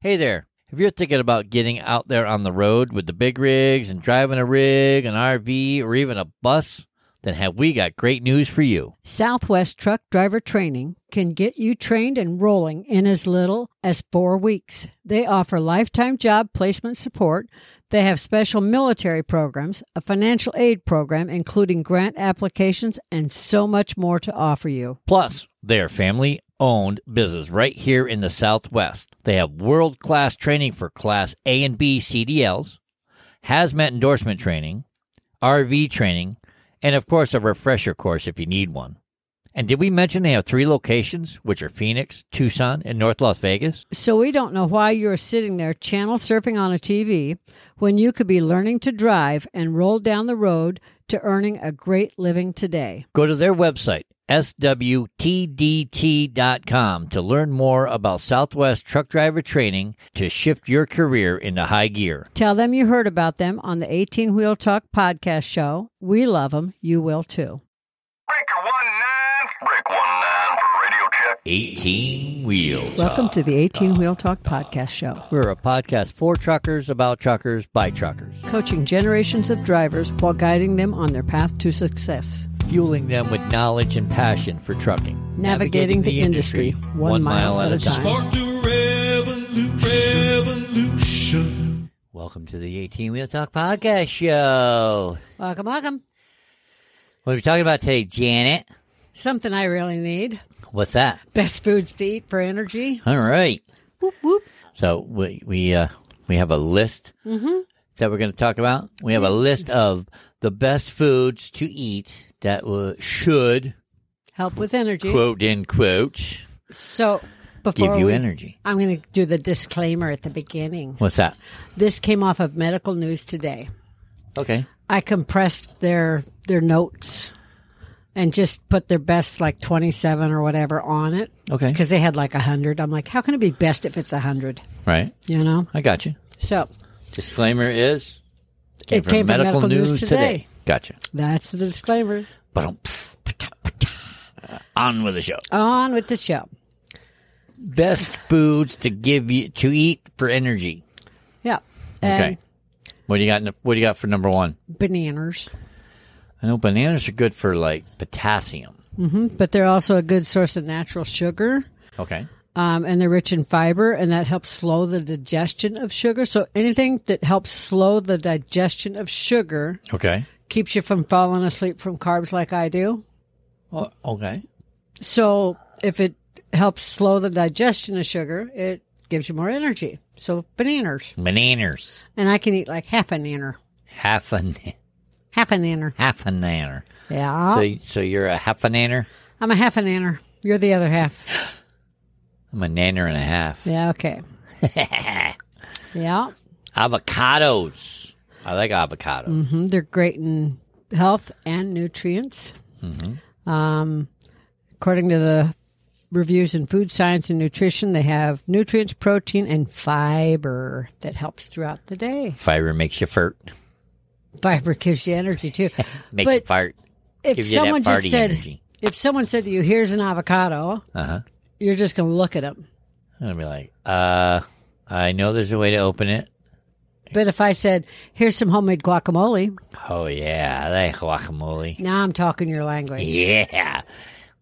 Hey there. If you're thinking about getting out there on the road with the big rigs and driving a rig, an RV, or even a bus, then have we got great news for you. Southwest Truck Driver Training can get you trained and rolling in as little as four weeks. They offer lifetime job placement support. They have special military programs, a financial aid program, including grant applications, and so much more to offer you. Plus, they're family owned business right here in the Southwest. They have world class training for Class A and B CDLs, hazmat endorsement training, RV training, and of course, a refresher course if you need one. And did we mention they have three locations, which are Phoenix, Tucson, and North Las Vegas? So we don't know why you're sitting there channel surfing on a TV when you could be learning to drive and roll down the road to earning a great living today. Go to their website, swtdt.com, to learn more about Southwest truck driver training to shift your career into high gear. Tell them you heard about them on the 18 Wheel Talk podcast show. We love them. You will too. Breaker 19. Break 19 for radio check. 18 wheels. Welcome to the 18 Wheel Talk podcast show. We're a podcast for truckers, about truckers, by truckers, Coaching generations of drivers while guiding them on their path to success. fueling them with knowledge and passion for trucking. Navigating the industry, one mile at a time. Spark the revolution. revolution. Welcome to the 18 Wheel Talk Podcast Show. Welcome, welcome. What are we talking about today, Janet? Something I really need. What's that? Best foods to eat for energy. All right. Whoop, whoop. So we we uh, we have a list Mm-hmm. that we're going to talk about. We have a list of the best foods to eat that uh, should Help with energy. quote in quote So before give you we- energy. I'm going to do the disclaimer at the beginning. What's that? This came off of Medical News Today. Okay. I compressed their their notes and just put their best like 27 or whatever on it. Okay. Because they had like 100. I'm like, how can it be best if it's 100? Right. You know? I got you. So Disclaimer is It came from Medical News Today. Gotcha. that's the disclaimer. Ba-dum, pss, pa-ta, pa-ta. On with the show. On with the show. Best foods to give you to eat for energy. Yeah. Okay. What do you got? in- What do you got for number one? And bananas. I know bananas are good for like potassium. But they're also a good source of natural sugar. Okay. um, and they're rich in fiber, and that helps slow the digestion of sugar. So anything that helps slow the digestion of sugar Okay. keeps you from falling asleep from carbs, like I do. Well, okay. So if it helps slow the digestion of sugar, it gives you more energy. So bananas, Bananas. and I can eat like half a nanner, Half a na- half a nanner. half a nanner. Yeah, So so you're a half a nanner. I'm a half a nanner. You're the other half. I'm a nanner and a half. Yeah, okay. yeah, Avocados. I like avocado. Mhm. They're great in health and nutrients. Mm-hmm. Um, according to the reviews in Food Science and Nutrition, they have nutrients, protein, and fiber that helps throughout the day. Fiber makes you fart. Fiber gives you energy too. Makes you but fart. if gives you that someone just farty said, energy. if someone said to you, "Here's an avocado," Uh huh. you're just going to look at them. And I'd be like, uh, I know there's a way to open it. But if I said, "Here's some homemade guacamole," Oh yeah, I like guacamole. now I'm talking your language. Yeah.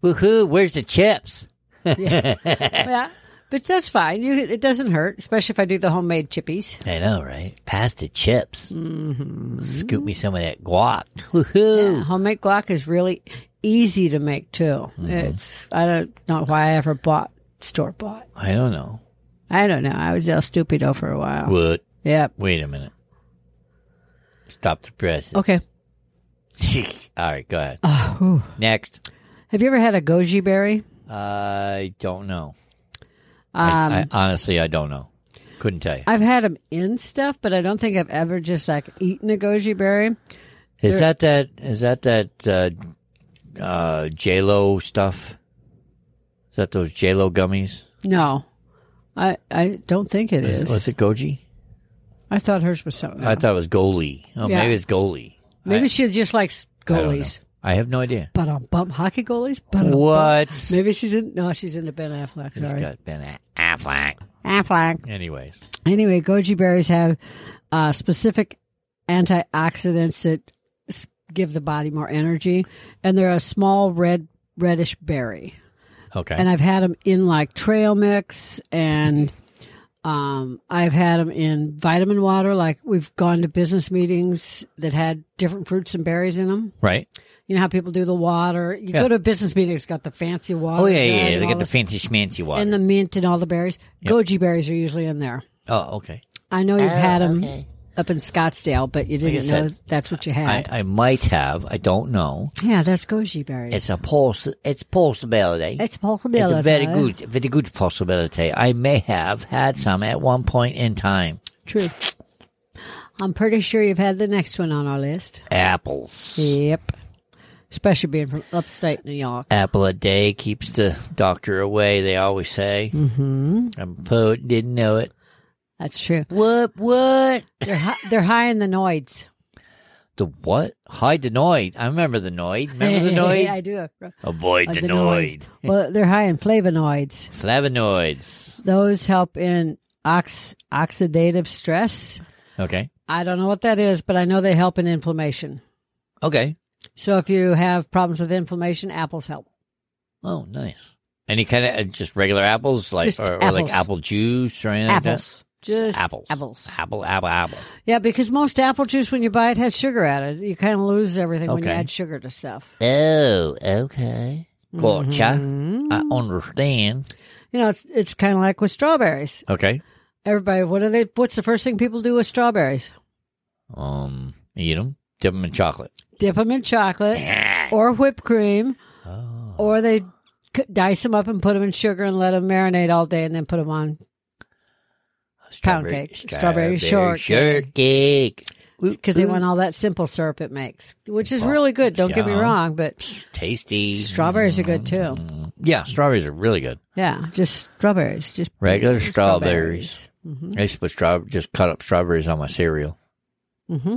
Woohoo! Where's the chips? yeah. But that's fine. You, it doesn't hurt, especially if I do the homemade chippies. I know, right? Pasta chips. Mm-hmm. Scoop me some of that guac. Woohoo! Yeah, homemade guac is really easy to make too. Mm-hmm. It's I don't know why I ever bought store bought. I don't know. I don't know. I was El Stupido for a while. What? Yep. Wait a minute. Stop the press. Okay. All right, go ahead. Ah, Next. Have you ever had a goji berry? I don't know. Um, I, I honestly, I don't know. Couldn't tell you. I've had them in stuff, but I don't think I've ever just like eaten a goji berry. Is that that? Is that that uh, uh, J Lo stuff? Is that those J Lo gummies? Uh, No, I I don't think it is. Was it goji? I thought hers was something. I else. thought it was goalie. Oh, Yeah. maybe it's goalie. Maybe she just likes I don't know. goalies. I have no idea. But on bump hockey goalies. But um, What? Maybe she's in. No, she's into Ben Affleck. He's Sorry. got Ben A- Affleck. Affleck. ah, Anyways, Anyway, goji berries have uh, specific antioxidants that s- give the body more energy, and they're a small red reddish berry. okay. And I've had them in like trail mix, and um, I've had them in vitamin water. Like we've gone to business meetings that had different fruits and berries in them. right? You know how people do the water. You Yeah. go to a business meeting, it's got the fancy water. Oh yeah, yeah, jug yeah. and They all got the this- fancy schmancy water. and the mint and all the berries. Goji berries are usually in there. oh, okay. I know you've had 'em had them okay. up in Scottsdale, but you didn't I know said, that's what you I, had. I might have. I don't know. yeah, that's goji berries. It's a poss- It's possibility. It's a possibility. It's a very good, very good possibility. I may have had some at one point in time. True. I'm pretty sure you've had the next one on our list. Apples. Yep. Especially being from upstate New York. Apple a day keeps the doctor away. They always say. Mm-hmm. I'm a poet. Didn't know it. That's true. What? What? They're hi- they're high in the noids. The what? Hide the noid. I remember the noid. Remember the noid? I do. Avoid Uh, the, the noid. noid. Well, they're high in flavonoids. Flavonoids. Those help in ox- oxidative stress. Okay. I don't know what that is, but I know they help in inflammation. Okay. So if you have problems with inflammation, apples help. Oh, nice. Any kind of uh, just regular apples, like Just or, or like apples. apple juice or anything Apples. Like Just that? Apples. Apples. Apple. Apple. Apple. Yeah, because most apple juice when you buy it has sugar added. You kind of lose everything when you Okay. add sugar to stuff. Oh, okay. Gotcha. I understand. Mm-hmm. You know, it's it's kind of like with strawberries. Okay. Everybody, what are they? What's the first thing people do with strawberries? Um, eat them, dip them in chocolate. Dip them in chocolate or whipped cream, Oh. or they c- dice them up and put them in sugar and let them marinate all day, and then put them on. Strawberry- cake, strawberry strawberry shortcake. Because Mm. they want all that simple syrup it makes, which is really good. Don't get me Oh, Yeah. wrong, but Tasty. strawberries are good too. Mm-hmm. Yeah, strawberries are really good. Yeah, just strawberries. Just Mm-hmm. Regular strawberries. I used to put straw- just cut up strawberries on my cereal hmm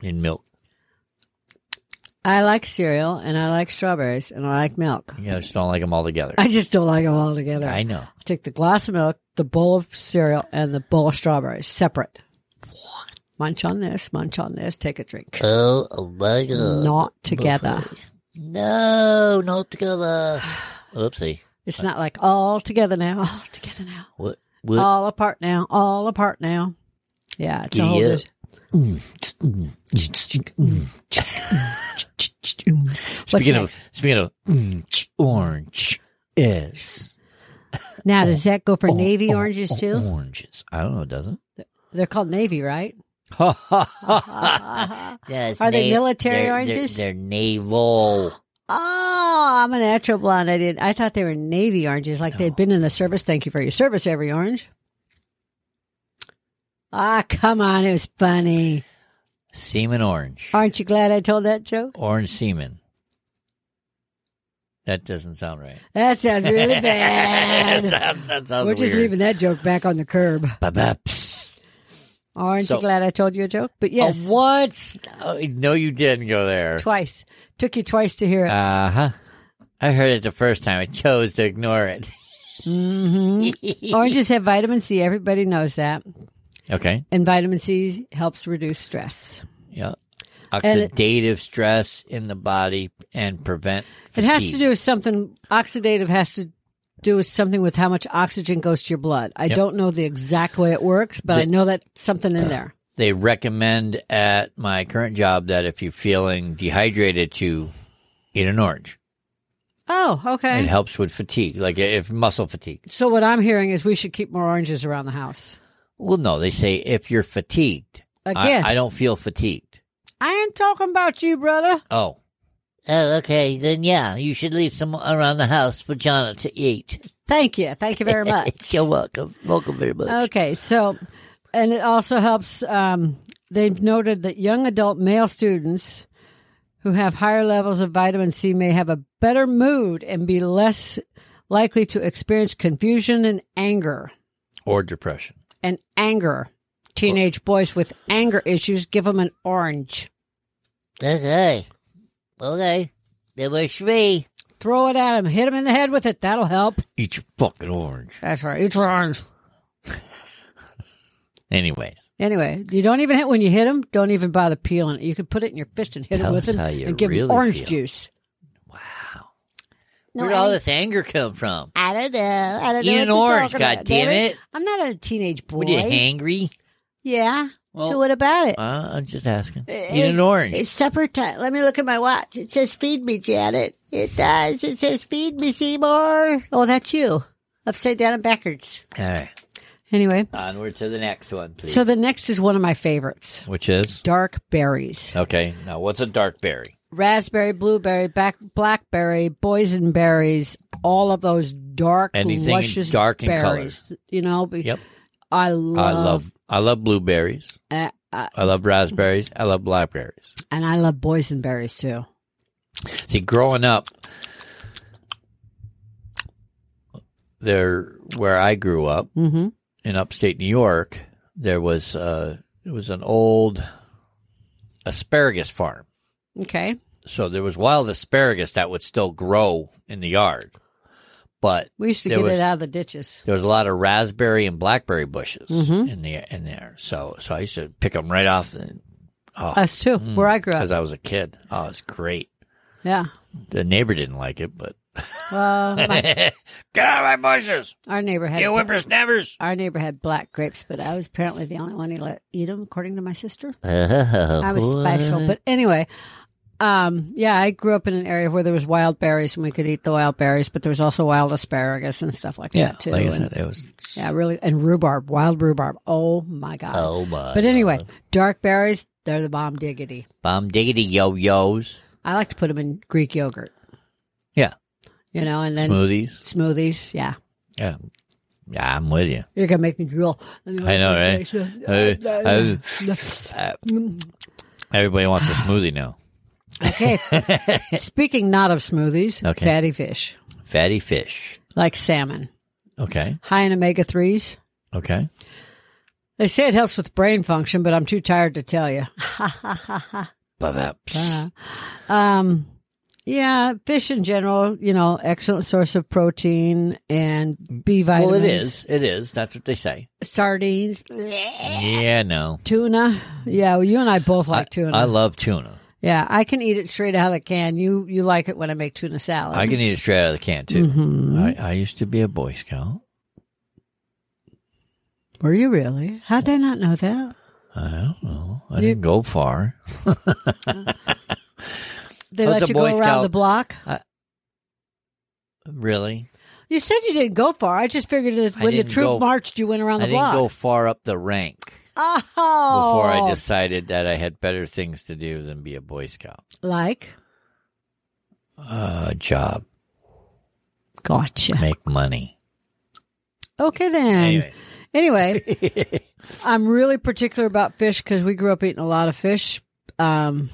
in milk. I like cereal and I like strawberries and I like milk. You know, I just don't like them all together. I just don't like them all together. I I know. take the glass of milk, the bowl of cereal, and the bowl of strawberries separate. Munch on this, munch on this, take a drink. Oh, my God. Not together. No, not together. Oopsie. It's not like all together now, all together now, What? What? all apart now, all apart now. Yeah, it's a whole. Giddy up. dis- Mm, What's Speaking next? of speaking of mm, orange is Now, does that go for oh, navy oh, oranges oh, too? Oranges. I don't know. Does it? They're called navy, right? Uh-huh. Yes, Are they military they're- they're- oranges? They're, naval. Oh, I'm a natural blonde. I did. not I thought they were navy oranges, like they'd been in the service. Thank you for your service, every orange. Ah, come on, it was funny. Seaman orange. Aren't you glad I told that joke? Orange seaman. That doesn't sound right. That sounds really that bad. sounds, that sounds We're just weird. leaving that joke back on the curb. Ba-ba, psst. Aren't So- you glad I told you a joke? But Oh, yes, what? Oh, no, you didn't go there. twice. Took you twice to hear it. Uh huh. I heard it the first time. I chose to ignore it. Hmm? Oranges have vitamin C. Everybody knows that. Okay. And vitamin C helps reduce stress. Yeah. And it- Oxidative stress in the body and prevent. It has to fatigue. do with something oxidative has to do with something with how much oxygen goes to your blood. I don't know the exact way it works, but I know that something in there. They recommend at my current job that if you're feeling dehydrated, to eat an orange. Oh, It okay. helps with fatigue, like uh, if muscle fatigue. So what I'm hearing is we should keep more oranges around the house. Well, no, they say if you're fatigued. I- Again. I, don't feel fatigued. I ain't talking about you, brother. Oh. Oh, okay. Then yeah, you should leave some around the house for Jonna to eat. Thank you. Thank you very much. You're welcome. Welcome very much. okay, so and it also helps um, they've noted that young adult male students who have higher levels of vitamin C may have a better mood and be less likely to experience confusion and anger. Or depression. and anger. Teenage boys with anger issues, give them an orange. Okay. Okay. That works for me. Throw it at him. Hit him in the head with it. That'll help. Eat your fucking orange. That's right. Eat your orange. Anyway, Anyway, you don't even hit when you hit them. Don't even bother peeling it. You can put it in your fist and hit Tell them with us it, how you and give 'em really orange feel. juice. wow. No, Where'd all I- this anger come from? I don't know. I don't Eat know. an what you're orange, talking about, goddammit. David. I'm not a teenage boy. What are you hangry? Yeah. Well- so what about it? Uh, I'm just asking. Eh, Eat an orange. It's supper time. Let me look at my watch. It says feed me, Janet. It does. It says feed me, Seymour. Oh, that's you. Upside down and backwards. All right. Anyway. Onward to the next one, please. eh. So the next is one of my favorites. Which is? Dark berries. Okay. Now, what's a dark berry? Raspberry, blueberry, back, blackberry, boysenberries, all of those dark, Anything luscious dark in color. berries. You know, be- Yep. I love, I love I love blueberries. uh, uh, I love raspberries. I love blackberries. and I love boysenberries too. See, growing up, there where I grew up Mm-hmm. in upstate New York, there was uh, it was an old asparagus farm. Okay. So there was wild asparagus that would still grow in the yard, but We used to There get was- it out of the ditches. there was a lot of raspberry and blackberry bushes Mhm. in the in there. So so I used to pick them right off the Us too, where I grew up. because Mm, I was a kid. Oh, it's great. Yeah. The neighbor didn't like it, but Well, my, get out of my bushes, our neighbor had you whippersnappers. our neighbor had black grapes, but I was apparently the only one he let eat them, according to my sister. I I was special, but anyway, um, yeah, I grew up in an area where there was wild berries and we could eat the wild berries, but there was also wild asparagus and stuff like yeah, that too. like I and- said, it was. yeah, really, and rhubarb, wild rhubarb. Oh my god! Oh my! but anyway, God. dark berries, they're the bomb diggity. bomb diggity yo yos. I like to put them in Greek yogurt. Yeah. you know, and then Smoothies. smoothies. Yeah, Yeah, yeah, I'm with you. You're gonna make me drool. I know, right? Uh, uh, everybody wants a smoothie now. okay. Speaking not of smoothies, Okay. fatty fish Fatty fish. like salmon, Okay. high in omega threes. Okay. They say it helps with brain function, but I'm too tired to tell you. Uh, Ba-ba, pss. Um, yeah, fish in general, you know, excellent source of protein and B Well, vitamins. it is. It is. That's what they say. Sardines, Yeah, no. tuna. Yeah, well, you and I both like tuna. I love tuna. yeah, I can eat it straight out of the can. You you like it when I make tuna salad. I can eat it straight out of the can too. Mhm. Mm-hmm. I, I used to be a Boy Scout. Were you really? How did I not know that? I don't know. I You- didn't go far. They I was let a you Boy go around Scout. the block. Really? You said you didn't go far. I just figured that I when the didn't troop go- marched, you went around I the didn't block. go far up the rank oh, before I decided that I had better things to do than be a Boy Scout. like Uh, job, gotcha. make money. Okay then. Anyway, Anyway, I'm really particular about fish because we grew up eating a lot of fish um,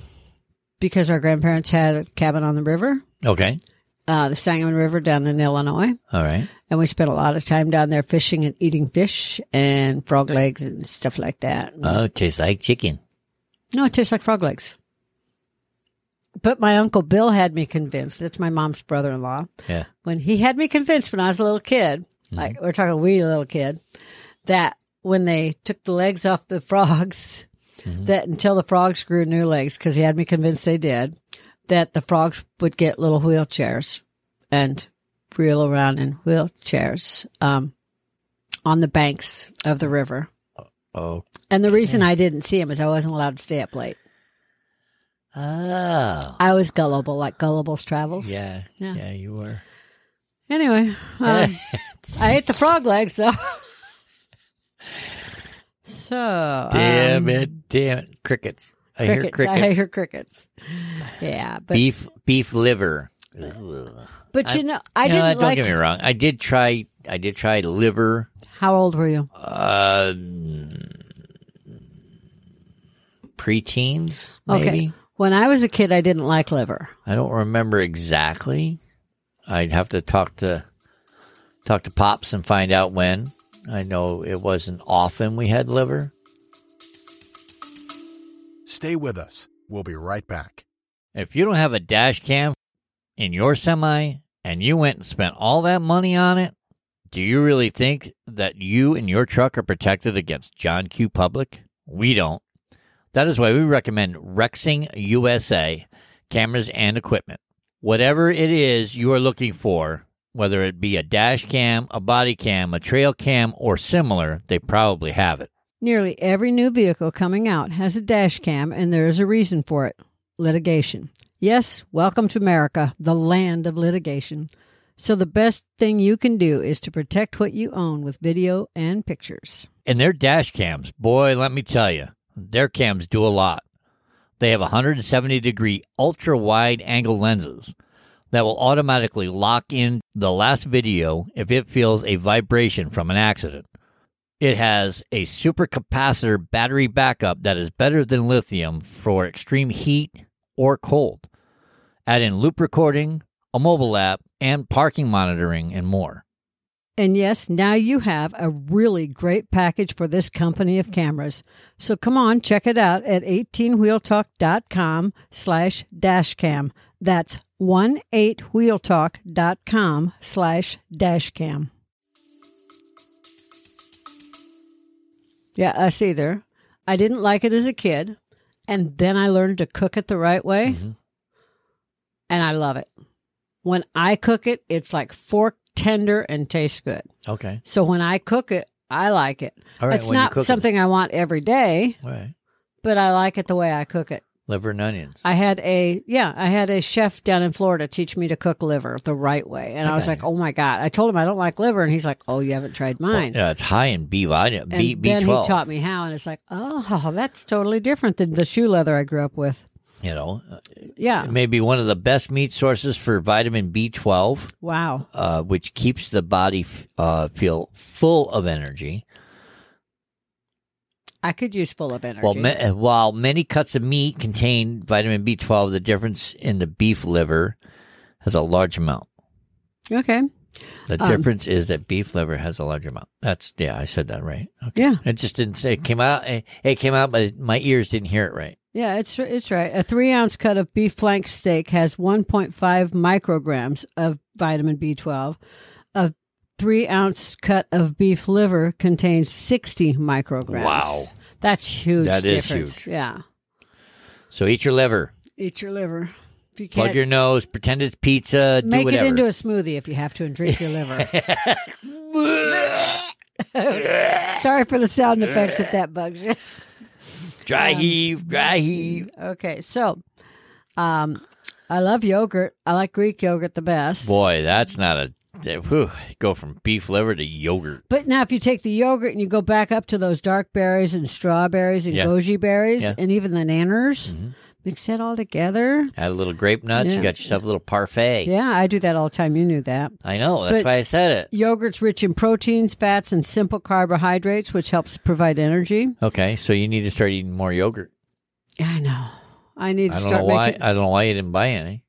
because our grandparents had a cabin on the river, okay, uh, the Sangamon River down in Illinois. all right. And we spent a lot of time down there fishing and eating fish and frog legs and stuff like that. Oh, it tastes like chicken. no, it tastes like frog legs. But my uncle Bill had me convinced. That's my mom's brother in law. Yeah, when he had me convinced when I was a little kid, like we're talking wee little kid, that when they took the legs off the frogs, that until the frogs grew new legs, because he had me convinced they did, that the frogs would get little wheelchairs and reel around in wheelchairs um, on the banks of the river. oh, And the reason I didn't see him is I wasn't allowed to stay up late. oh, I was gullible, like Gullible's Travels. yeah, Yeah. yeah, you were. Anyway, um, I ate the frog legs though. so Damn um, it, damn it, crickets. I crickets. hear crickets. I hear crickets. Yeah, but beef, beef liver. but you know, I You know, didn't don't like. get me wrong. I did try. I did try liver. How old were you? Uh, preteens, maybe. Okay, when I was a kid, I didn't like liver. I don't remember exactly. I'd have to talk to talk to pops and find out when. I know it wasn't often we had liver. Stay with us. We'll be right back. If you don't have a dash cam in your semi and you went and spent all that money on it, Do you really think that you and your truck are protected against John Q Public? We don't. That is why we recommend Rexing USA cameras and equipment. Whatever it is you are looking for, whether it be a dash cam, a body cam, a trail cam, or similar, they probably have it. Nearly every new vehicle coming out has a dash cam, and there is a reason for it litigation. Yes, welcome to America, the land of litigation. So, the best thing you can do is to protect what you own with video and pictures. And their dash cams, boy, let me tell you, their cams do a lot. They have 170 degree ultra wide angle lenses that will automatically lock in the last video if it feels a vibration from an accident. It has a supercapacitor battery backup that is better than lithium for extreme heat or cold. Add in loop recording, a mobile app, and parking monitoring, and more. And yes, now you have a really great package for this company of cameras. So come on, check it out at 18wheeltalk.com slash dashcam. That's 18wheeltalk.com slash dashcam. Yeah, us either. I didn't like it as a kid, and then I learned to cook it the right way, Mm-hmm. and I love it. When I cook it, it's like fork tender and tastes good. Okay. So when I cook it, I like it. All right, it's when you not cook it. something I want every day, All right. but I like it the way I cook it. Liver and onions. I had a yeah, I had a chef down in Florida teach me to cook liver the right way, and I was Okay. like, oh my god! I told him I don't like liver, and he's like, oh, you haven't tried mine. Yeah, it's high in B vitamin, And B B then twelve. he taught me how, and it's like, oh, that's totally different than the shoe leather I grew up with. You know, Uh, Yeah, it may be one of the best meat sources for vitamin B twelve, wow. uh, which keeps the body f- uh, feel full of energy. I could use full of energy. While ma- uh, while many cuts of meat contain vitamin B twelve, the difference in the beef liver has a large amount. okay, The Um, difference is that beef liver has a large amount. That's yeah, I said that right. Okay. yeah, It just didn't say it came out. It, it came out, but it- my ears didn't hear it right. yeah, it's it's right. A three ounce cut of beef flank steak has 1.5 micrograms of vitamin B12. A three ounce cut of beef liver contains 60 micrograms. Wow. that's huge. That is difference. huge. Yeah, So eat your liver, eat your liver if you plug can't. your nose, pretend it's pizza, do Make whatever. it into a smoothie if you have to, and drink your liver. Sorry for the sound effects if that bugs you. Dry heave, dry heave. Okay, so um I love yogurt. I like Greek yogurt the best. Boy, that's not a. that- whew, go from beef liver to yogurt. But now if you take the yogurt and you go back up to those dark berries and strawberries and Yeah. goji berries Yeah. Mm-hmm. and even the nanners, mix that all together. Add a little grape nuts. Yeah. You got yourself a little parfait. Yeah, I do that all the time. You knew that. I know. That's But- why I said it. Yogurt's rich in proteins, fats, and simple carbohydrates, which helps provide energy. Okay, so you need to start eating more yogurt. I know. I need to I don't know start why. making I don't know why you didn't buy any.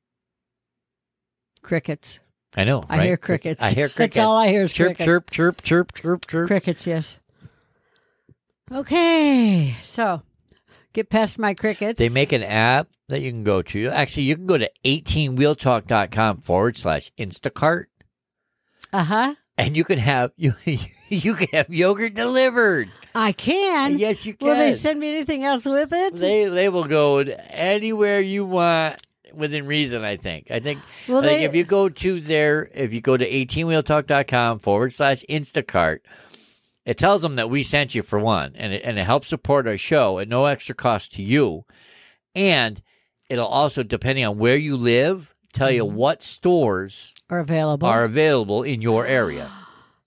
crickets. I know. I right? hear crickets. I hear That's crickets. all I hear is chirp, crickets. chirp, chirp, chirp, chirp, chirp. Crickets, yes. Okay, so get past my crickets. They make an app that you can go to. Actually, you can go to 18wheeltalk.com forward slash Instacart Uh huh. and you can have you you can have yogurt delivered. I can. yes, you can. Will they send me anything else with it? they they will go to anywhere you want within reason, I think. I think Well, I think they- if you go to their if you go to 18wheeltalk.com forward slash Instacart, it tells them that we sent you for one and it, and it helps support our show at no extra cost to you. And it'll also, depending on where you live, tell Mm-hmm. you what stores are available. are available in your area.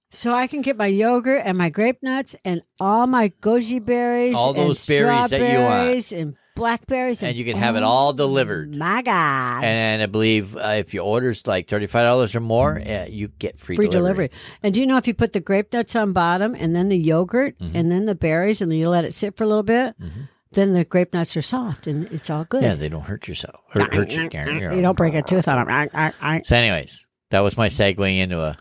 so I can get my yogurt and my grape nuts and all my goji berries, All and those berries that you want. strawberries and blackberries, and, oh And you can have it all delivered. My God, And I believe uh, if your order's like $35 or more, uh, you get free, Mm-hmm. free delivery. And do you know if you put the grape nuts on bottom and then the yogurt Mm-hmm. and then the berries and you let it sit for a little bit, then the grape nuts are soft and it's all good. Yeah, they don't hurt yourself. Hurt, hurt you, Karen. You're you all- don't break a tooth on them. I, I, I, So, anyways, that was my segue into a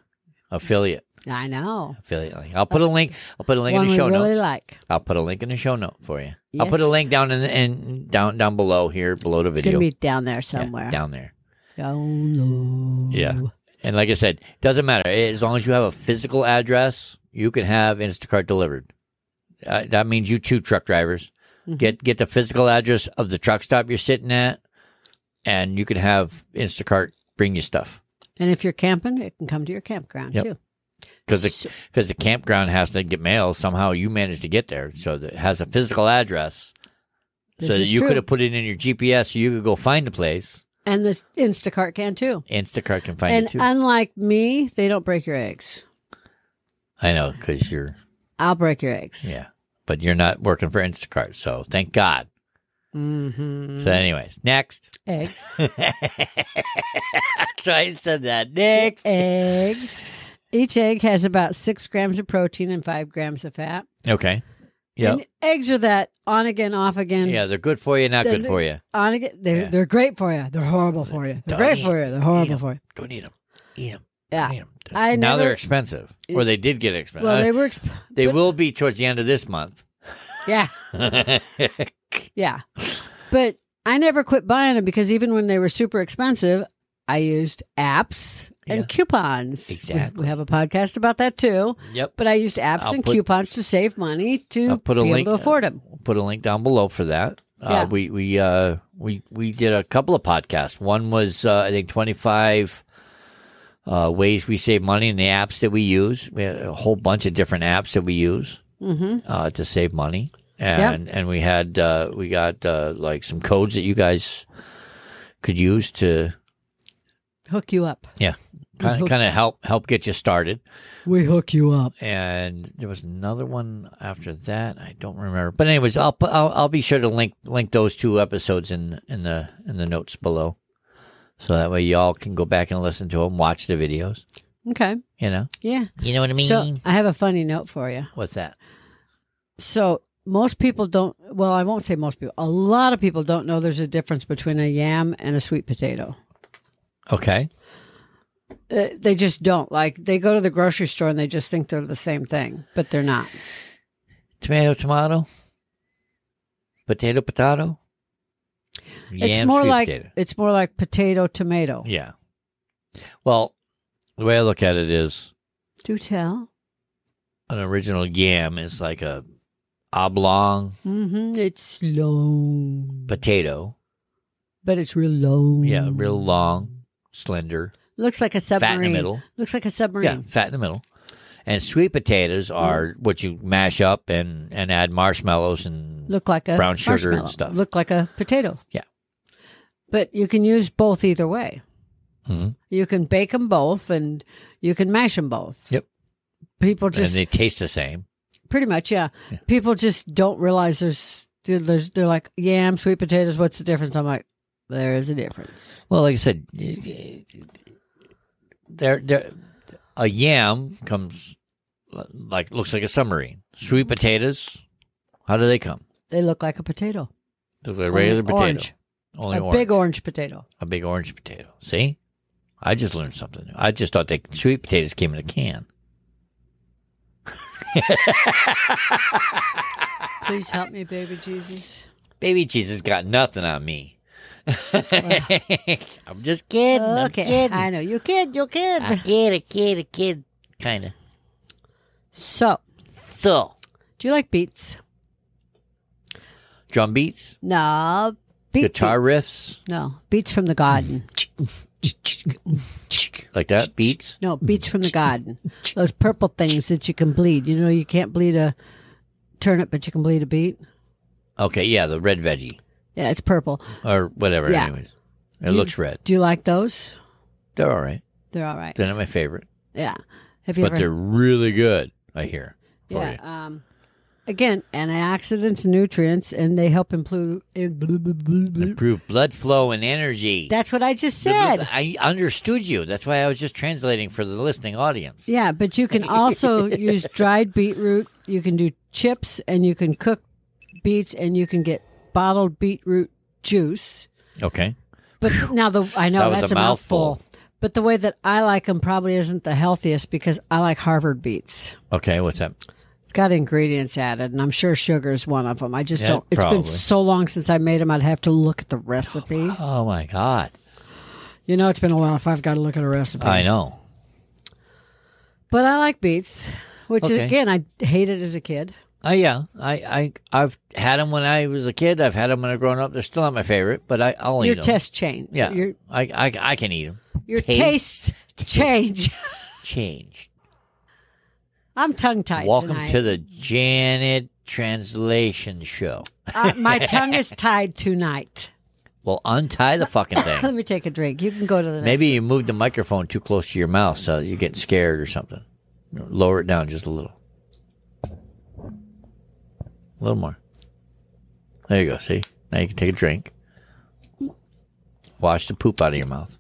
affiliate. I know. Affiliate link. I'll put a link. I'll put a link One in the we show really notes. like. I'll put a link in the show note for you. I'll put a Yes. link down in, the, in down down below here, below the It's going video to be down there Yeah, somewhere. down there. Down low. Yeah. And like I said, doesn't matter as long as you have a physical address, you can have Instacart delivered. Uh, that means you two truck drivers Mm-hmm. get get the physical address of the truck stop you're sitting at, and you can have Instacart bring you stuff And if you're camping, it can come to your campground Yep. too. because So- because the campground has to get mail somehow. You managed to get there, so that it has a physical address, This so that is you true. could have put it in your GPS, so you could go find the place. And the Instacart can too. Instacart can find and you too. unlike me, they don't break your eggs. I know because you're I'll break your eggs. yeah, but you're not working for Instacart, so thank God. Mm-hmm. So, anyways, next. Eggs. so I said that next. eggs. Each egg has about six grams of protein and five grams of fat. Okay. Yeah. And eggs are that on again, off again. Yeah, they're good for you, not Then good they- for you. On again. They're, Yeah. they're great for you. They're horrible for you. They're Don't great eat for you. They're horrible Eat 'em. for you. Don't eat them. Eat them. Yeah. Eat them. I now never- they're expensive, or they did get expensive. Well, Uh, they were. Exp- they will be towards the end of this month. yeah. Yeah. But I never quit buying them because even when they were super expensive, I used apps and Yeah. coupons. We- Exactly. We have a podcast about that too. yep. But I used apps I'll and put- coupons to save money to I'll put a be link- able to afford them. We'll put a link down below for that. Yeah. Uh, we we uh, we we did a couple of podcasts. One was uh, I think twenty five uh, ways we save money and the apps that we use. We had a whole bunch of different apps that we use Mm-hmm. uh, to save money, and and we had uh, we got uh, like some codes that you guys could use to Hook you up. yeah kind of kind of help help get you started. We hook you up. and there was another one after that. I don't remember. But anyways, I'll put, I'll, I'll be sure to link link those two episodes in in the in the notes below, so that way y'all can go back and listen to them, watch the videos. Okay. You know, Yeah. you know what I mean. So I have a funny note for you. What's that? So most people don't, well, I won't say most people, a lot of people don't know there's a difference between a yam and a sweet potato. Okay. Uh, they just don't. Like they go to the grocery store and they just think they're the same thing, but they're not. Tomato, tomato. Potato, potato. it's Yam, more sweet like potato. it's more like potato tomato. yeah. Well, the way I look at it is, Do tell. an original yam is like a oblong Mm-hmm. It's slow, potato. but it's real low. Yeah, real long, slender, Looks like a submarine. fat in the middle. Looks like a submarine. Yeah, fat in the middle. And sweet potatoes are what you mash up and, and add marshmallows and Look like a Brown sugar and marshmallow. stuff. Look like a potato. Yeah. But you can use both either way. Mhm. You can bake them both, and you can mash them both. Yep. People and just they taste the same. pretty much yeah. people just don't realize there's there's they're like yam sweet potatoes what's the difference i'm like there is a difference Well, like I said, there there a yam comes li- like looks like a submarine. Mm-hmm. Sweet potatoes, how do they come? they look like a potato Look like a Only regular potato. orange. Only a orange. big orange potato a big orange potato. See? I just learned something. new. I just thought that sweet potatoes came in a can. please help me baby jesus Baby Jesus got nothing on me. I'm just kidding. I'm okay kidding. i know you kid you I kid kid, a kid, a kid. Kind of. so So, do you like beats drum beats, no beat guitar beats. riffs, no beats from the garden like that. Beats. no beats from the garden those purple things that you can bleed you know you can't bleed a turnip but you can bleed a beet Okay, yeah, the red veggie yeah it's purple or whatever. Yeah. Anyways, it Do you- looks red. Do you like those? They're all right. They're all right. They're not my favorite, Yeah. Have you but they're ever? really good. I hear. for Yeah. you. Um, again, antioxidants, nutrients, and they help improve. improve blood flow and energy. That's what I just The- the- said. I understood you. That's why I was just translating for the listening audience. Yeah, but you can also use dried beetroot. You can do chips, and you can cook beets, and you can get bottled beetroot juice. Okay. But now the I know That was that's a a mouthful. mouthful. But the way that I like them probably isn't the healthiest because I like Harvard beets. Okay. What's up? It's got ingredients added, and I'm sure sugar is one of them. I just Yeah, don't. It's probably. been so long since I made them. I'd have to look at the recipe. Oh my Oh, God. You know, it's been a while if I've got to look at a recipe. I know. But I like beets, which Okay. again, I hated as a kid. Oh yeah, I I I've had them when I was a kid. I've had them when I grown up. They're still not my favorite, but I I'll Your eat them. test change. yeah, Your, I, I I can eat them. your Taste. taste change. Changed. I'm tongue tied. Welcome to the Janet Translation Show. uh, my tongue is tied tonight. Well, untie the fucking Let thing. me take a drink. You can go to the next. Maybe you moved the microphone too close to your mouth, so you get scared or something. Lower it down just a little. A little more. There you go. See? Now you can take a drink. Wash the poop out of your mouth.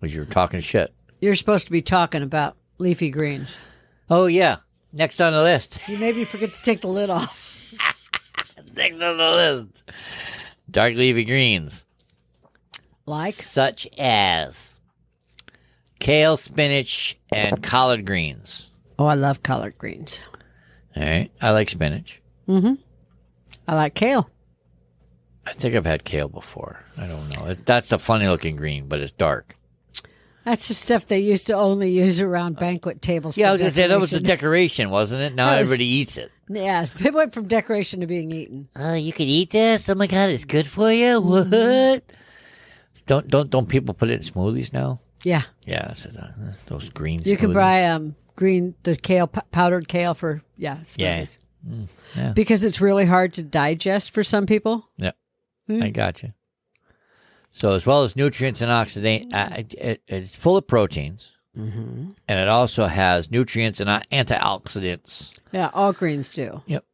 Because you were talking shit. You're supposed to be talking about leafy greens. Oh, yeah. Next on the list. You maybe forget to take the lid off. Next on the list. Dark leafy greens. Like such as kale, spinach, and collard greens. oh, I love collard greens. All right, I like spinach. I like kale. I think I've had kale before. I don't know. It, that's a funny looking green, but it's dark. That's the stuff they used to only use around banquet tables. Yeah, for I was gonna say that was a decoration. decoration, wasn't it? Now That was- everybody eats it. yeah, it went from decoration to being eaten. Oh, you could eat this. Oh my god, it's good for you. What? Mm-hmm. Don't don't don't people put it in smoothies now? Yeah, Yeah, it's, uh, those greens. you can buy um green the kale p- powdered kale for yeah smoothies. Yeah. Mm, yeah. because it's really hard to digest for some people. Yeah, I got you. So, as well as nutrients and oxidant, uh, it, it's full of proteins, and it also has nutrients and uh, antioxidants. Yeah, all greens do. Yep,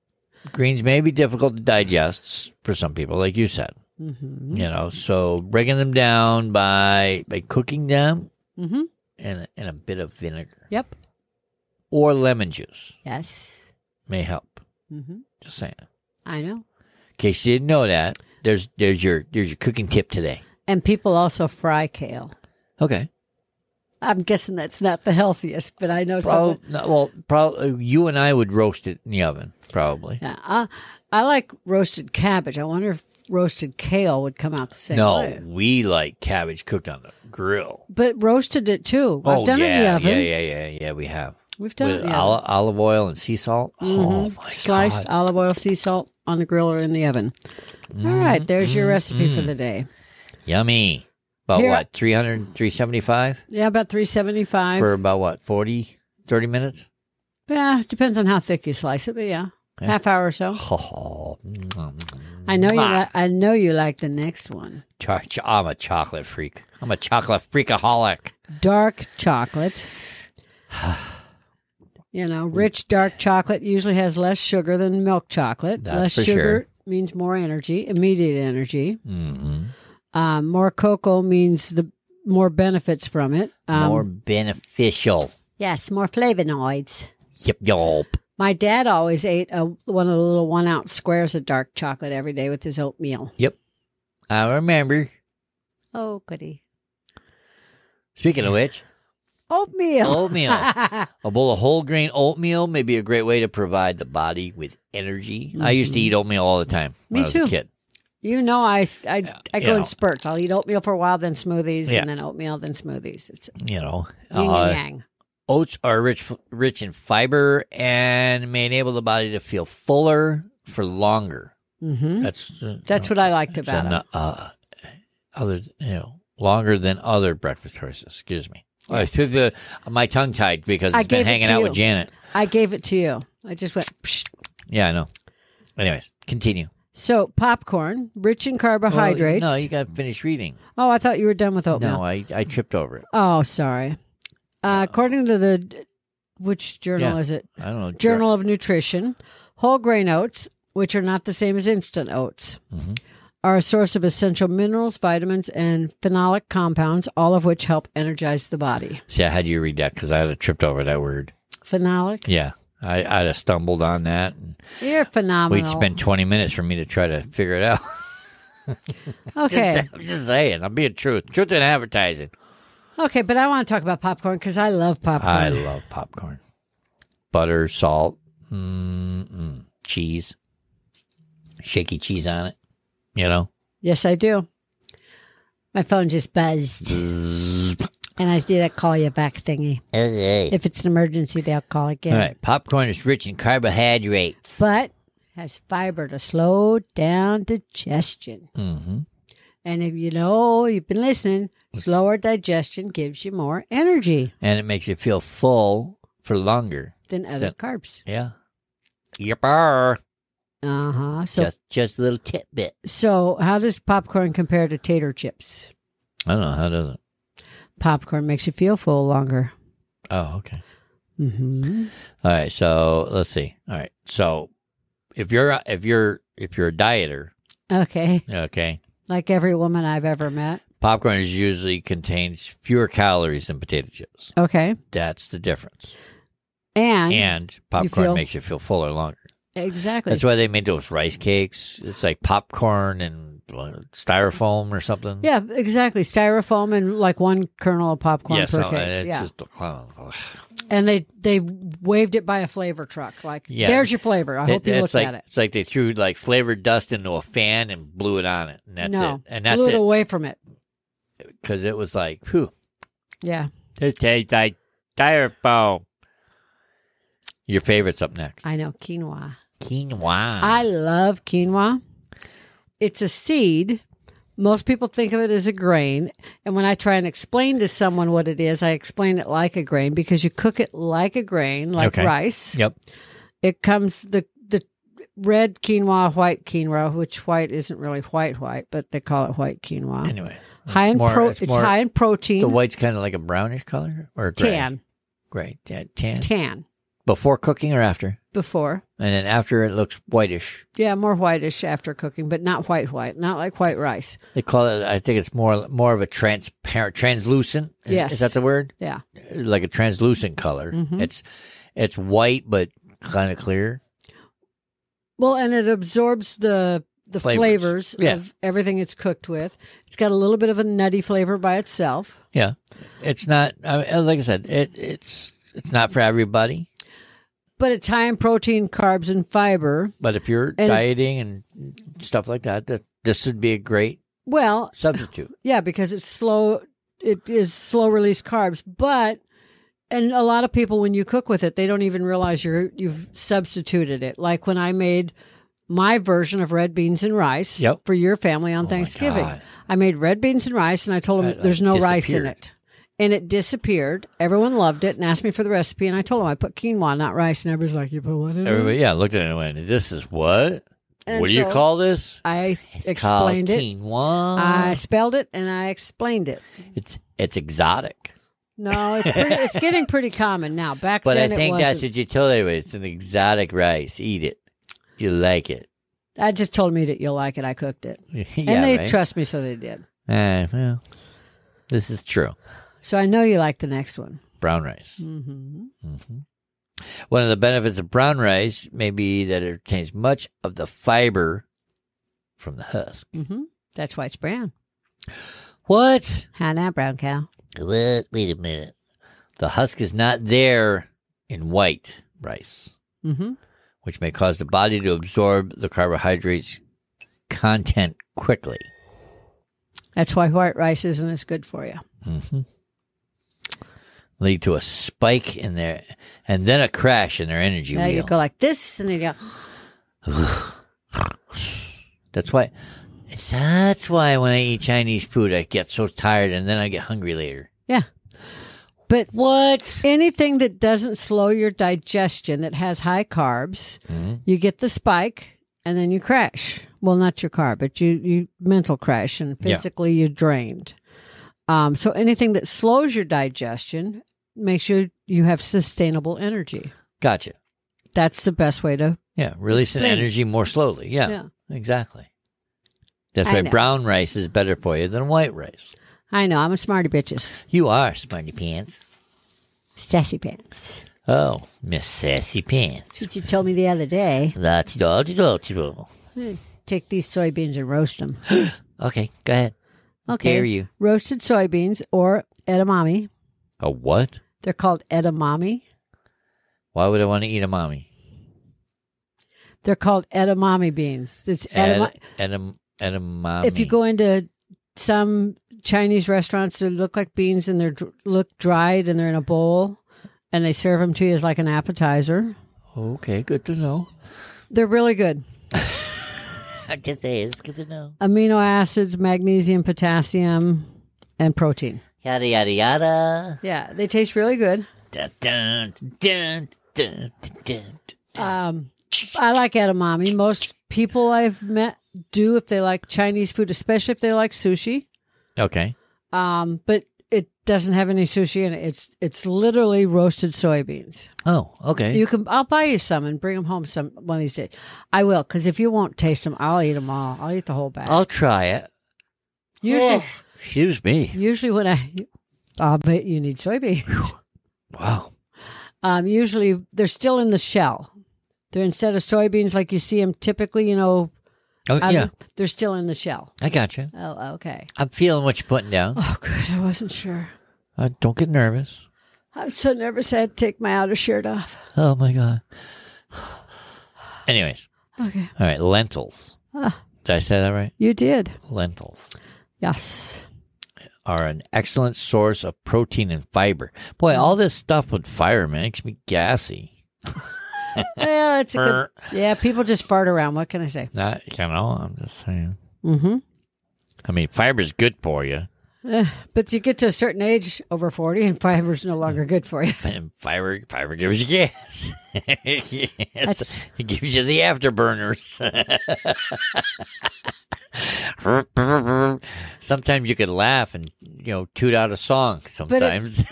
greens may be difficult to digest for some people, like you said. Mm-hmm. You know, so breaking them down by by cooking them Mhm. and and a bit of vinegar Yep. or lemon juice Yes. may help. hmm Just saying. I know. In case you didn't know that, there's there's your there's your cooking tip today. And people also fry kale. Okay. I'm guessing that's not the healthiest, but I know some. Probably, well, probably you and I would roast it in the oven, probably. Yeah, I, I like roasted cabbage. I wonder if roasted kale would come out the same No, way. we like cabbage cooked on the grill. But roasted it too. I've done Oh, yeah, it in the oven. yeah, yeah, yeah, yeah. We have We've done with it. in the oven. Mm-hmm. oli- olive oil and sea salt. Oh my Sliced god! Mm-hmm. olive oil, sea salt on the grill or in the oven. All right, there's your recipe Mm. for the day. Yummy. About Here- what? 300, 375 Yeah, about 375. for about what? 40, 30 minutes. yeah, depends on how thick you slice it, but yeah. Half hour or so. Oh, I know you. Li- I know you like the next one, Cho- cho- I'm a chocolate freak. I'm a chocolate freakaholic. dark chocolate. You know, rich dark chocolate usually has less sugar than milk chocolate. That's less for sugar sure. means more energy, immediate energy. Mm-hmm. Um, more cocoa means the more benefits from it. Um, More beneficial. yes, more flavonoids. Yep, yep. My dad always ate a, one of the little one ounce squares of dark chocolate every day with his oatmeal. Yep. I remember. Oh, goody. Speaking of which, Oatmeal. oatmeal. a bowl of whole grain oatmeal may be a great way to provide the body with energy. I used to eat oatmeal all the time when I Mm-hmm. Me was too. a kid. You know, I, I, I you go know. in spurts. I'll eat oatmeal for a while, then smoothies, Yeah. and then oatmeal, then smoothies. It's yin You know, and uh, yang. oats are rich, f- rich in fiber and may enable the body to feel fuller for longer. hmm That's uh, That's what I liked about it. an- uh, other you know longer than other breakfast choices. Excuse me. I Yes. threw the my tongue tied because I it's been gave it hanging to out you. with Janet. I gave it to you. I just went. Psh. Yeah, I know. Anyways, continue. So popcorn, rich in carbohydrates. no, you got to finish reading. oh, I thought you were done with oatmeal. No, I, I tripped over it. Oh, sorry. Uh, according to the which journal Yeah. is it? I don't know. Journal of Nutrition, whole grain oats, which are not the same as instant oats, Mhm. are a source of essential minerals, vitamins, and phenolic compounds, all of which help energize the body. See, I had you read that because I had tripped over that word. Phenolic? Yeah. I, I'd have stumbled on that. And You're we'd phenomenal. spend 20 minutes for me to try to figure it out. okay. I'm just saying. I'm being truth. Truth in advertising. okay, but I want to talk about popcorn because I love popcorn. I love popcorn. Butter, salt, mm-mm. cheese, shaky cheese on it. You know? yes, I do. My phone just buzzed. And I did a call you back thingy. If it's an emergency, they'll call again. All right, popcorn is rich in carbohydrates. But has fiber to slow down digestion. Mm-hmm. And if you know you've been listening, slower digestion gives you more energy And it makes you feel full for longer. than other Yeah. carbs. Yeah. Yipper. Uh huh. So, just just a little tidbit. so how does popcorn compare to tater chips? I don't know how does it. Popcorn makes you feel full longer. Oh, okay. Mm-hmm. All right. So let's see. All right. So if you're if you're if you're a dieter, Okay. okay, Like every woman I've ever met. popcorn is usually contains fewer calories than potato chips. Okay. That's the difference. And, And popcorn feel- makes you feel fuller longer. exactly. That's why they made those rice cakes. It's like popcorn and uh, styrofoam or something. yeah, exactly. Styrofoam and like one kernel of popcorn Yes, per no, cake. it's yeah. just ugh. and they they waved it by a flavor truck. Like, Yeah. there's your flavor. I hope It- you it's looked like at it. it's like they threw like flavored dust into a fan and blew it on it, and that's no, it. And that's blew it it away from it. because it was like, whew, Yeah. this tastes like styrofoam. Your favorite's up next. I know Uh-huh. quinoa. Quinoa. I love quinoa. It's a seed. Most people think of it as a grain. And when I try and explain to someone what it is, I explain it like a grain because you cook it like a grain, like Okay. rice. yep. It comes the the red quinoa, white quinoa, which white isn't really white white, but they call it white quinoa. Anyway, high in more- pro, it's it's, more- high in protein. the white's kind of like a brownish color or gray? tan, Gray, yeah, tan. tan Before cooking or after, before. and then after it looks whitish. Yeah, more whitish after cooking, but not white white, not like white rice. They call it. I think it's more more of a transparent, translucent. Is- Yes. is that the word? Yeah. like a translucent color. Mhm. It's it's white but kind of clear. Well, and it absorbs the the Flavors. flavors, Yeah. of everything it's cooked with. It's got a little bit of a nutty flavor by itself. Yeah, it's not. I mean, uh, like I said, it it's it's not for everybody. But it's high in protein, carbs, and fiber. But if you're And- dieting and stuff like that, that this would be a great Well, substitute. yeah, because it's slow. It is slow release carbs, but and a lot of people when you cook with it, they don't even realize you're you've substituted it. Like when I made my version of red beans and rice Yep. Oh for your family on my Thanksgiving. God. I made red beans and rice, and I told them That, like, there's no rice in disappeared. it. And it disappeared. Everyone loved it and asked me for the recipe. And I told them I put quinoa, not rice. And everybody's like, "You put what in?" it?" Everybody, yeah, looked at it and went, "This is what? And what do you so call this?" I It's called explained it. Quinoa. I spelled it and I explained it. it's it's exotic, No, it's pretty, it's getting pretty common now. Back but I then, it think wasn't. that's what you told everybody. It's an exotic rice. Eat it. You like it. I just told me that you'll like it. I cooked it, yeah, and they right? trust me, so they did. Eh, well, this is true. So I know you like the next one. Brown rice. Mm-hmm. hmm One of the benefits of brown rice may be that it retains much of the fiber from the husk. Mm-hmm. That's why it's brown. What? How now, brown cow? What? Wait a minute. The husk is not there in white rice, Mm-hmm. which may cause the body to absorb the carbohydrates content quickly. That's why white rice isn't as good for you. hmm Lead to a spike in their, and then a crash in their energy Now wheel. you go like this, and then you go. That's why. That's why when I eat Chinese food, I get so tired, and then I get hungry later. Yeah. But What? anything that doesn't slow your digestion that has high carbs, you get the spike and then you crash. Well, not your car, but you you mental crash and Yeah. physically you're drained. Um, so anything that slows your digestion makes you you have sustainable energy. Gotcha. That's the best way to Yeah, releasing Explain. energy more slowly. Yeah, Yeah. exactly. That's I why know. brown rice is better for you than white rice. I know, I'm a smarty bitches. You are smarty pants. Sassy pants. Oh, Miss Sassy Pants. What you told me the other day. La ti da ti da ti da. Take these soybeans and roast them. Okay, go ahead. Okay. Dare you? Roasted soybeans or edamame. A what? They're called edamame. Why would I want to eat a mommy? They're called edamame beans. It's edama- Edam- edam- edamame. if you go into some Chinese restaurants that look like beans and they're dr- look dried and they're in a bowl, and they serve them to you as like an appetizer. Okay, good to know. They're really good. I just say it's good to know. Amino acids, magnesium, potassium, and protein. Yada yada yada. Yeah, they taste really good. Dun, dun, dun, dun, dun, dun. Um, I like edamame. Most people I've met do if they like Chinese food, especially if they like sushi. Okay. Um, but it doesn't have any sushi in it. It's it's literally roasted soybeans. Oh, okay. You can. I'll buy you some and bring them home some one of these days. I will, because if you won't taste them, I'll eat them all. I'll eat the whole bag. I'll try it. Oh, usually, Excuse me. usually when I, I'll bet you need soybeans. Wow. Um, usually they're still in the shell. They're instead of soybeans like you see them typically. You know, Oh, out yeah. of- they're still in the shell. I got you. Uh, Oh, okay. I'm feeling what you're putting down. Oh, good. I wasn't sure. Uh, don't get nervous. I was so nervous I had to take my outer shirt off. Oh my god. Anyways, Okay, all right, lentils. Ah. Did I say that right? you did. Lentils Yes. are an excellent source of protein and fiber. Boy, all this stuff with fire, man, it makes me gassy. Yeah, it's a good. Er, Yeah, people just fart around. What can I say? Not, you know, I'm just saying. Mm-hmm. I mean, fiber's good for you, But you get to a certain age, over 40, and fiber's no longer good for you. and fiber fiber gives you gas. That's- It gives you the afterburners. Sometimes you could laugh and you know toot out a song. Sometimes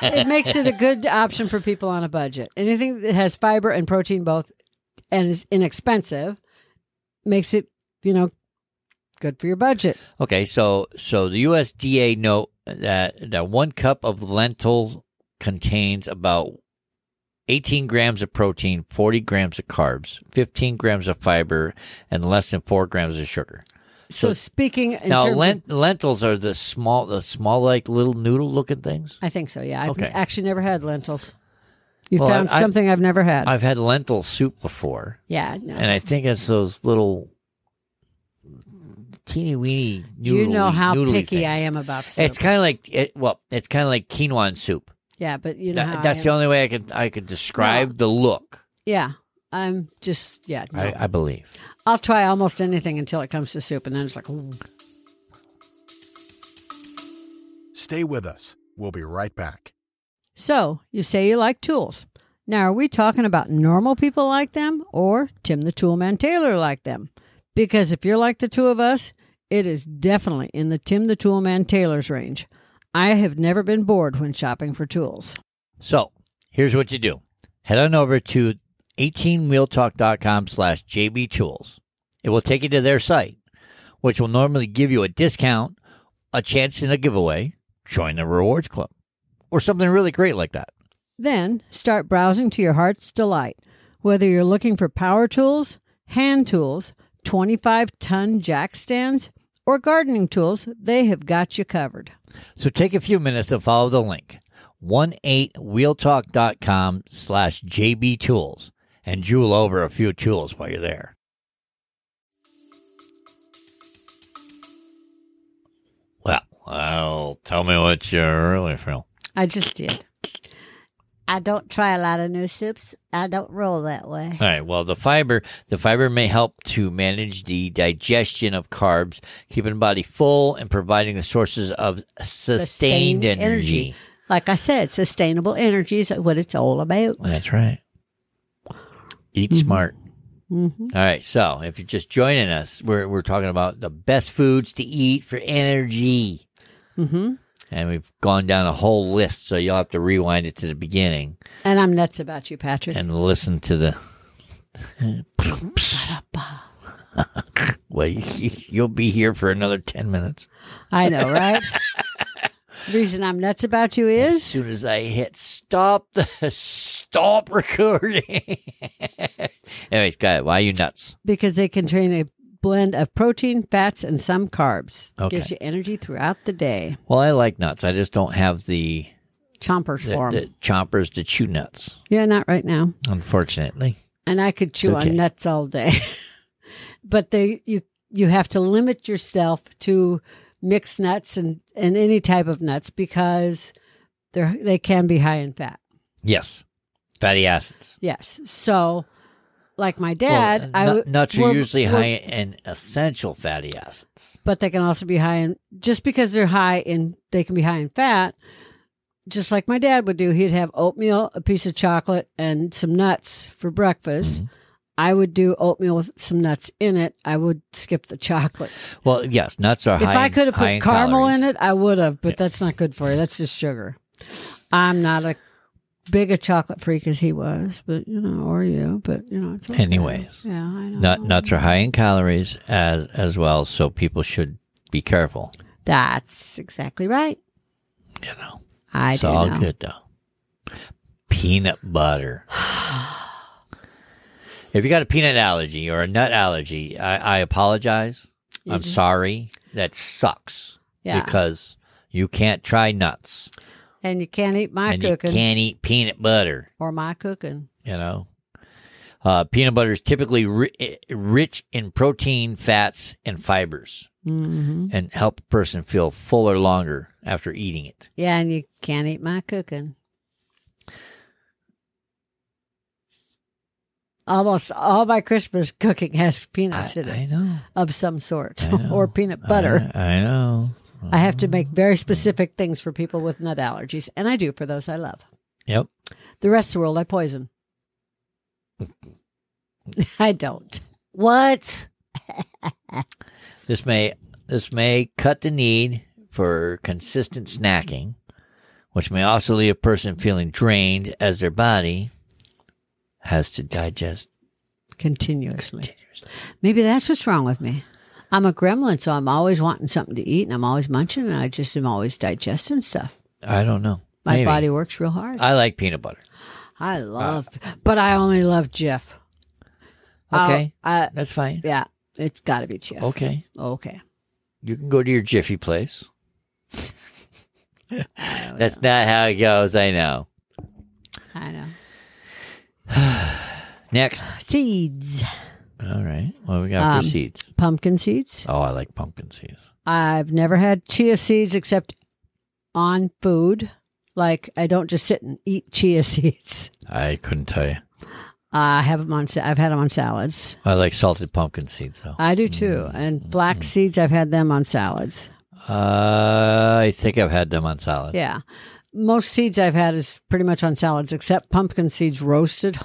it makes it a good option for people on a budget. Anything that has fiber and protein both and is inexpensive makes it, you know, good for your budget. okay, so so the USDA note that that one cup of lentil contains about 18 grams of protein, 40 grams of carbs, 15 grams of fiber, and less than four grams of sugar. So, So- speaking in now terms of- lent- lentils are the small, the small like little noodle looking things. I think so, yeah. I've Okay. actually never had lentils. You Well, found I- I- something I've never had. I've had lentil soup before, yeah. no. and I think it's those little teeny weeny. you know noodly- how noodly picky things. I am about soup. It's kind of like it. Well, it's kind of like quinoa and soup. yeah, but you know That- how I that's am. the only way I could I could describe the look. yeah. I'm just yeah. no. I, I believe. I'll try almost anything until it comes to soup, and then it's like, ooh. Stay with us. We'll be right back. So, you say you like tools. Now, are we talking about normal people like them or Tim the Toolman Taylor like them? Because if you're like the two of us, it is definitely in the Tim the Toolman Taylor's range. I have never been bored when shopping for tools. So here's what you do. Head on over to 18wheeltalk.com slash jbtools. It will take you to their site, which will normally give you a discount, a chance in a giveaway, join the rewards club, or something really great like that. Then start browsing to your heart's delight. Whether you're looking for power tools, hand tools, 25 ton jack stands, or gardening tools, they have got you covered. So take a few minutes and follow the link, 18wheeltalk.com slash jbtools, and jewel over a few tools while you're there. Well, well, tell me what you really feel. I just did. I don't try a lot of new soups. I don't roll that way. All right. Well, the fiber, the fiber may help to manage the digestion of carbs, keeping the body full and providing the sources of sustained, Sustained energy. energy. Like I said, sustainable energy is what it's all about. That's right. Eat smart. Mm-hmm. All right. So if you're just joining us, we're, we're talking about the best foods to eat for energy. Mm-hmm. And we've gone down a whole list. So you'll have to rewind it to the beginning And I'm nuts about you, Patrick. and listen to the. well, you- you'll be here for another 10 minutes. I know, right? Reason I'm nuts about you As is soon as I hit stop, the stop recording. Anyways, go ahead. Why are you nuts? because they contain a blend of protein, fats, and some carbs. Okay. Gives you energy throughout the day. Well, I like nuts. I just don't have the, Chompers the, for 'em. the chompers to chew nuts, Yeah, not right now. unfortunately. And I could chew okay. on nuts all day, but they you you have to limit yourself to mixed nuts and, and any type of nuts because they're they can be high in fat. Yes. Fatty acids. Yes. So, like my dad, well, uh, nu- I would nuts are we're- usually we're- high in essential fatty acids. but they can also be high in just because they're high in they can be high in fat. Just like my dad would do, he'd have oatmeal, a piece of chocolate, and some nuts for breakfast. Mm-hmm. I would do oatmeal with some nuts in it. I would skip the chocolate. Well, yes, nuts are if high. I could have in- high put in caramel in calories. it, I would have, but that's not good for you. That's just sugar. I'm not a big a chocolate freak as he was, but you know, or you, but you know, it's okay. Anyways. Yeah, I know. Nut, nuts are high in calories as as well, so people should be careful. That's exactly right. You know, I it's do all know. good though. Peanut butter. if you got a peanut allergy or a nut allergy, I, I apologize. You I'm do. sorry. That sucks Yeah. because you can't try nuts and you can't eat my and cooking you can't eat peanut butter. or my cooking. you know. Uh, peanut butter is typically ri- eh, rich in protein, fats, and fibers, Mm-hmm. and help a person feel fuller longer after eating it. Yeah, and you can't eat my cooking. Almost all my Christmas cooking has peanuts in it know. of some sort I know. or peanut butter. I, I know. I have to make very specific things for people with nut allergies, and I do for those I love. Yep. The rest of the world I poison. I don't. What? This may this may cut the need for consistent snacking, which may also leave a person feeling drained as their body has to digest. Continuously. Maybe that's what's wrong with me. I'm a gremlin, so I'm always wanting something to eat and I'm always munching and I just am always digesting stuff. I don't know. My Maybe. Uh, body works real hard. I, I like peanut butter. love, but I only love Jeff. Okay, I, that's fine. yeah, it's got to be Jeff. Okay. Okay. You can go to your Jiffy place. Oh, That's not how it goes, I know. I know. Next. Seeds. All right. Well, we got for Um, seeds. Pumpkin seeds. Oh, I like pumpkin seeds. I've never had chia seeds except on food. Like I don't just sit and eat chia seeds. I couldn't tell you. I have them on. sa- I've had them on salads. I like salted pumpkin seeds, though. I do too. And black seeds. I've had them on salads. Uh, I think I've had them on salad. Yeah. Most seeds I've had is pretty much on salads, except pumpkin seeds roasted.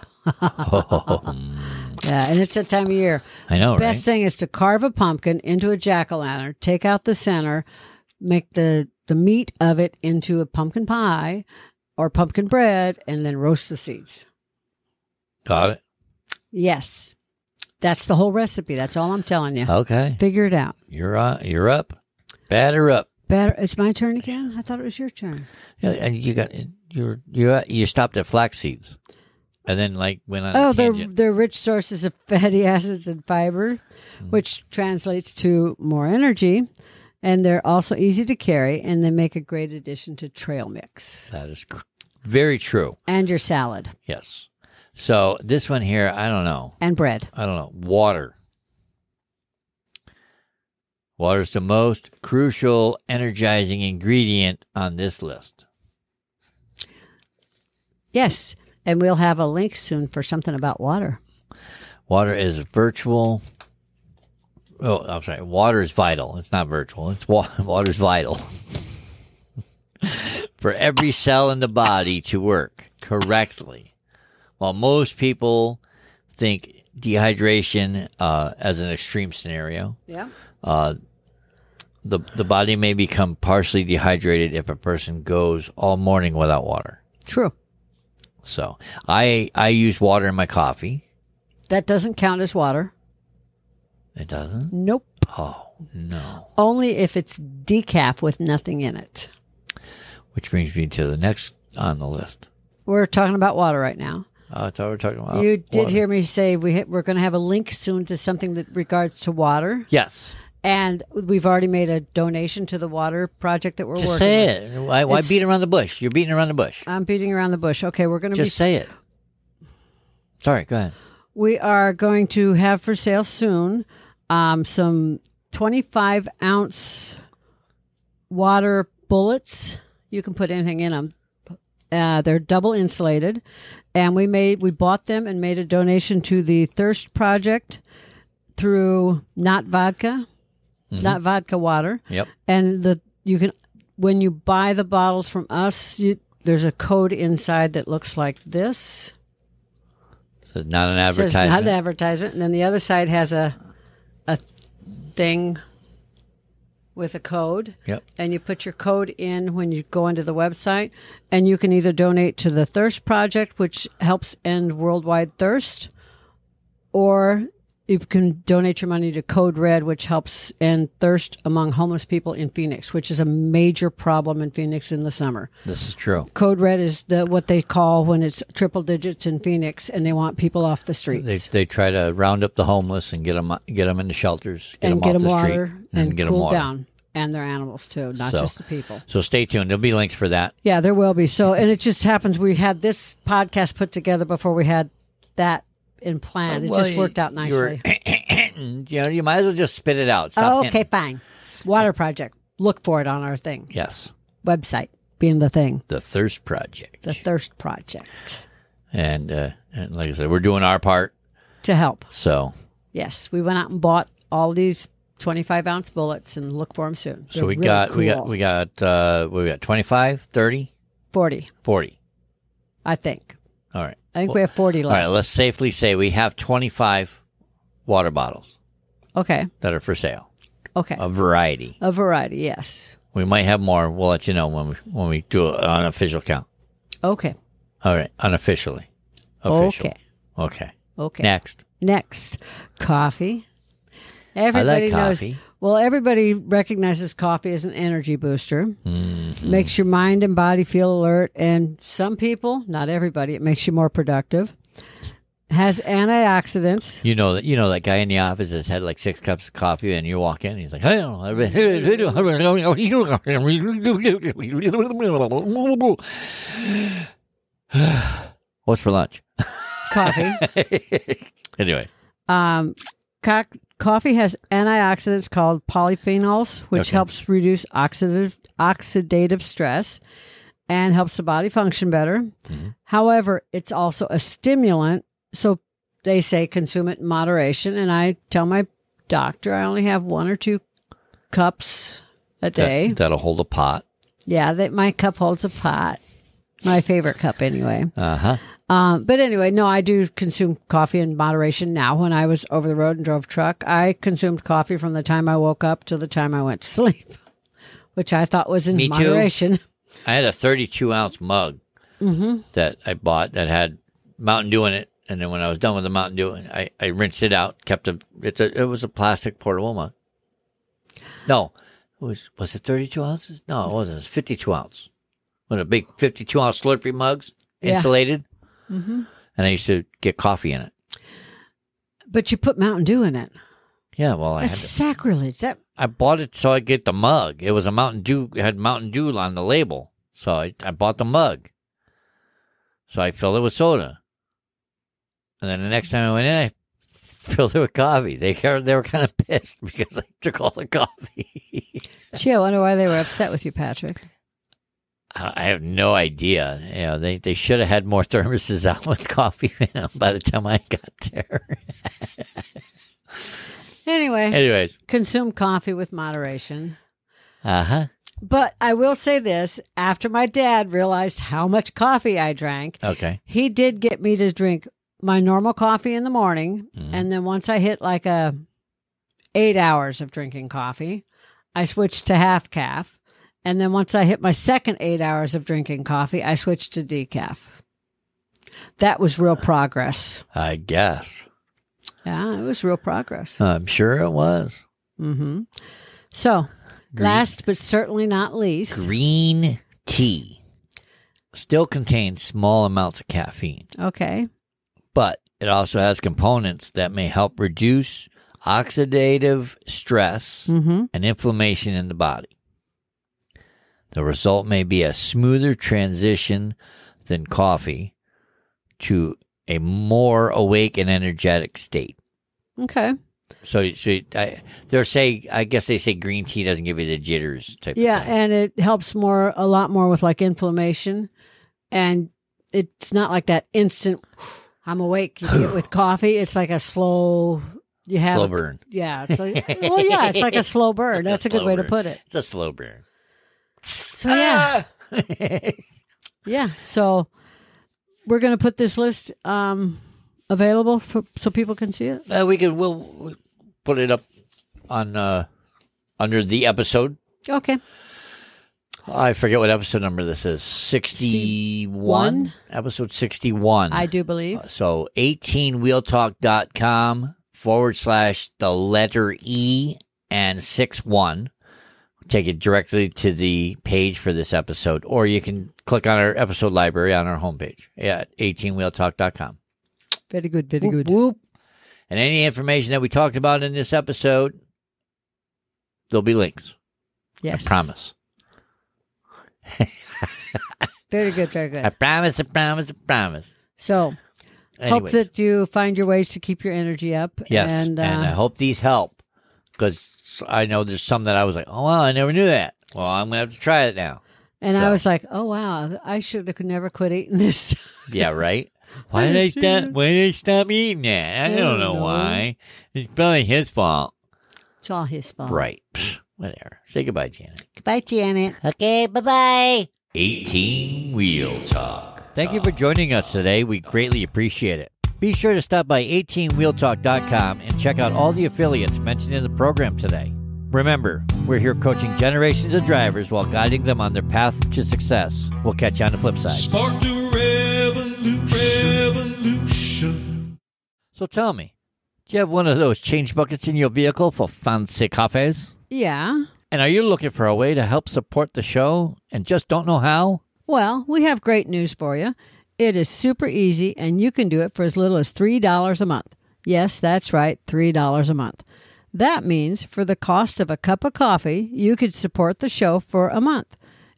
yeah, and it's that time of year. I know, Best thing is to carve a pumpkin into a jack o' lantern, take out the center, make the the meat of it into a pumpkin pie or pumpkin bread, and then roast the seeds. right? Got it. Yes, that's the whole recipe. That's all I'm telling Uh, you. Okay. Figure it out. You're on, You're up. Batter up. Better. It's my turn again. I thought it was your turn. Yeah, and you got you you you stopped at flax seeds, and then like went on. Oh, a they're Uh, tangent. they're rich sources of fatty acids and fiber, which translates to more energy, and they're also easy to carry, and they make a great addition to trail mix That is cr- very true. and your salad. Yes. So this one here, I don't know. and bread. I don't know. Water. Water is the most crucial energizing ingredient on this list. Yes. And we'll have a link soon for something about water. Water is virtual. Oh, I'm sorry. Water is vital. It's not virtual. It's wa- water is vital for every cell in the body to work correctly. While most people think dehydration uh, as an extreme scenario, Yeah. the the body may become partially dehydrated if a person goes all morning without water. True. So I I use water in my coffee. That doesn't count as water. It doesn't. Nope. Oh no! Only if it's decaf with nothing in it. Which brings me to the next on the list. We're talking about water right now. Uh, that's what we're talking about. you did water. hear me say we ha- we're going to have a link soon to something that regards to water, Yes. and we've already made a donation to the water project that we're Just working. say with. it. Why, why It's- beat around the bush? You're beating around the bush. I'm beating around the bush. Okay, we're going to be Just say it. Sorry. Go ahead. We are going to have for sale soon um, some 25 ounce water bullets. You can put anything in them. Uh, they're double insulated, and we made we bought them and made a donation to the Thirst Project through Not Vodka, Not Vodka Water. Yep. And the you can when you buy the bottles from us, you, there's a code inside that looks like this. So it's not an So it's not an advertisement. advertisement. And then the other side has a a thing with a code. Yep. And you put your code in when you go into the website, and you can either donate to the Thirst Project, which helps end worldwide thirst, or you can donate your money to Code Red, which helps end thirst among homeless people in Phoenix, which is a major problem in Phoenix in the summer. This is true. Code Red is the what they call when it's triple digits in Phoenix, and they want people off the streets. They, they try to round up the homeless and get them get them into shelters, get and them get off them the water street, and, get 'em cool water. down and their animals too not So- just the people So stay tuned. There'll be links for that. yeah there will be so and it just happens we had this podcast put together before we had that in plan it Uh, Well, just worked out you were- nicely you know, you might as well just spit it out. Stop oh, hinting. okay fine water project look for it on our thing Yes, website being the thing the Thirst Project. the thirst project and, uh, and like I said, we're doing our part. to help So yes we went out and bought all these 25 ounce bullets and look for them soon so They're we really got we got cool. we got uh, what we got 25, 30, 40 40. i think All right. i think we have 40 All right. left Let's safely say we have twenty five water bottles okay that are for sale. okay A variety. A variety, yes. We might have more. We'll let you know when we when we do an unofficial count. Okay. All right, unofficially. Official. Okay. Okay. Okay. Next. Next, coffee. Everybody knows. coffee. Well, everybody recognizes coffee as an energy booster. Makes your mind and body feel alert, and some people, not everybody, it makes you more productive. Has antioxidants. You know that you know that guy in the office has had like six cups of coffee, and you walk in, and he's like, "Hey, what's for lunch?" Coffee. anyway, um, co- coffee has antioxidants called polyphenols, which Okay. helps reduce oxidative oxidative stress and helps the body function better. However, it's also a stimulant, so they say consume it in moderation. And I tell my doctor I only have one or two cups a day. that, will hold a pot. yeah, that my cup holds a pot. My favorite cup, anyway. Uh huh. Um, but anyway, no, I do consume coffee in moderation now. When I was over the road and drove truck, I consumed coffee from the time I woke up to the time I went to sleep, which I thought was in Me too. moderation. I had a 32 ounce mug that I bought that had Mountain Dew in it, and then when I was done with the Mountain Dew, I, I rinsed it out. Kept a it's a it was a plastic portable mug. No, it was was it 32 ounces? No, it wasn't. It was 52 ounce. One of the big 52 ounce Slurpee mugs, Yeah. insulated, and I used to get coffee in it. But you put Mountain Dew in it. Yeah, well, Oh, I had That's to, sacrilege. That I bought it so I get the mug. It was a Mountain Dew it had Mountain Dew on the label, so I, I bought the mug. So I filled it with soda, and then the next time I went in, I filled it with coffee. They ca- they were kind of pissed because I took all the coffee. gee, I wonder why they were upset with you, Patrick. I I have no idea. You know, they they should have had more thermoses out with coffee in 'em by the time I got there. Anyway, Anyways, consume coffee with moderation. uh huh. But I will say this after my dad realized how much coffee I drank, Okay. he did get me to drink my normal coffee in the morning Mm, and then once i hit like a eight hours of drinking coffee i switched to half calf and then once i hit my second eight hours of drinking coffee i switched to decaf that was real progress I guess yeah it was real progress I'm sure it was mm-hmm so last but certainly not least green tea still contains small amounts of caffeine, okay but it also has components that may help reduce oxidative stress mm-hmm and inflammation in the body. The result may be a smoother transition than coffee to a more awake and energetic state. okay So, so I, they're saying, I guess they say green tea doesn't give you the jitters type. Yeah, of thing. and it helps more a lot more with like inflammation, and it's not like that instant. I'm awake. You get with coffee. It's like a slow. You have slow burn. Yeah. It's like, well, yeah. It's like a slow burn. That's a good Slow way to burn. put it. It's a slow burn. So Oh, yeah, Ah! yeah. So we're gonna put this list um, available for, so people can see it. Uh, we can we'll, we'll put it up on uh, under the episode. Okay. I forget what episode number this is. Sixty-one. Episode sixty-one. I do believe. So 18wheeltalk.com forward slash the letter E and 6 1. Take it directly to the page for this episode, or you can click on our episode library on our homepage at 18wheeltalk.com. Very good. Very good. Whoop. And any information that we talked about in this episode, there'll be links. Yes. I promise. Very good. Very I good. promise, I promise, I promise. So hope Anyways. that you find your ways to keep your energy up. Yes, And, and, uh, I hope these help because I know there's some that I was like, oh wow, I never knew that. Well, I'm gonna have to try it now. And I So- was like, oh, wow, I should have never quit eating this. Yeah, right. Why did I stop? Why did I stop eating that? I don't know know. why. It's probably his fault. it's all his fault. Right. Psh, Whatever. Say goodbye, Janet. Goodbye, Janet. Okay. Bye bye. Eighteen Wheel Talk. Thank you for joining us today. We greatly appreciate it. Be sure to stop by 18wheeltalk.com and check out all the affiliates mentioned in the program today. Remember, we're here coaching generations of drivers while guiding them on their path to success. We'll catch you on the flip side. Spark the revolution. revolution. So tell me, do you have one of those change buckets in your vehicle for fancy cafes? Yeah. And are you looking for a way to help support the show and just don't know how? Well, we have great news for you. It is super easy, and you can do it for as little as $3 a month. Yes, that's right, $3 a month. That means for the cost of a cup of coffee, you could support the show for a month.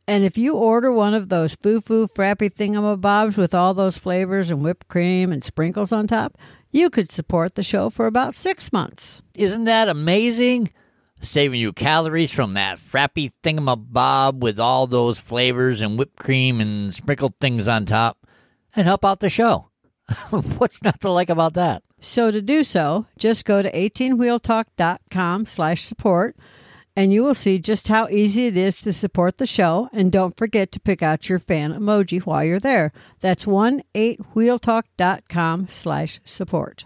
And if you order one of those foo foo frappy thingamabobs with all those flavors and whipped cream and sprinkles on top, you could support the show for about six months. Isn't that amazing? Saving you calories from that frappy thingamabob with all those flavors and whipped cream and sprinkled things on top and help out the show. What's not to like about that? So to do so, just go to 18wheeltalk.com slash support and you will see just how easy it is to support the show. And don't forget to pick out your fan emoji while you're there. That's 18wheeltalk.com slash support.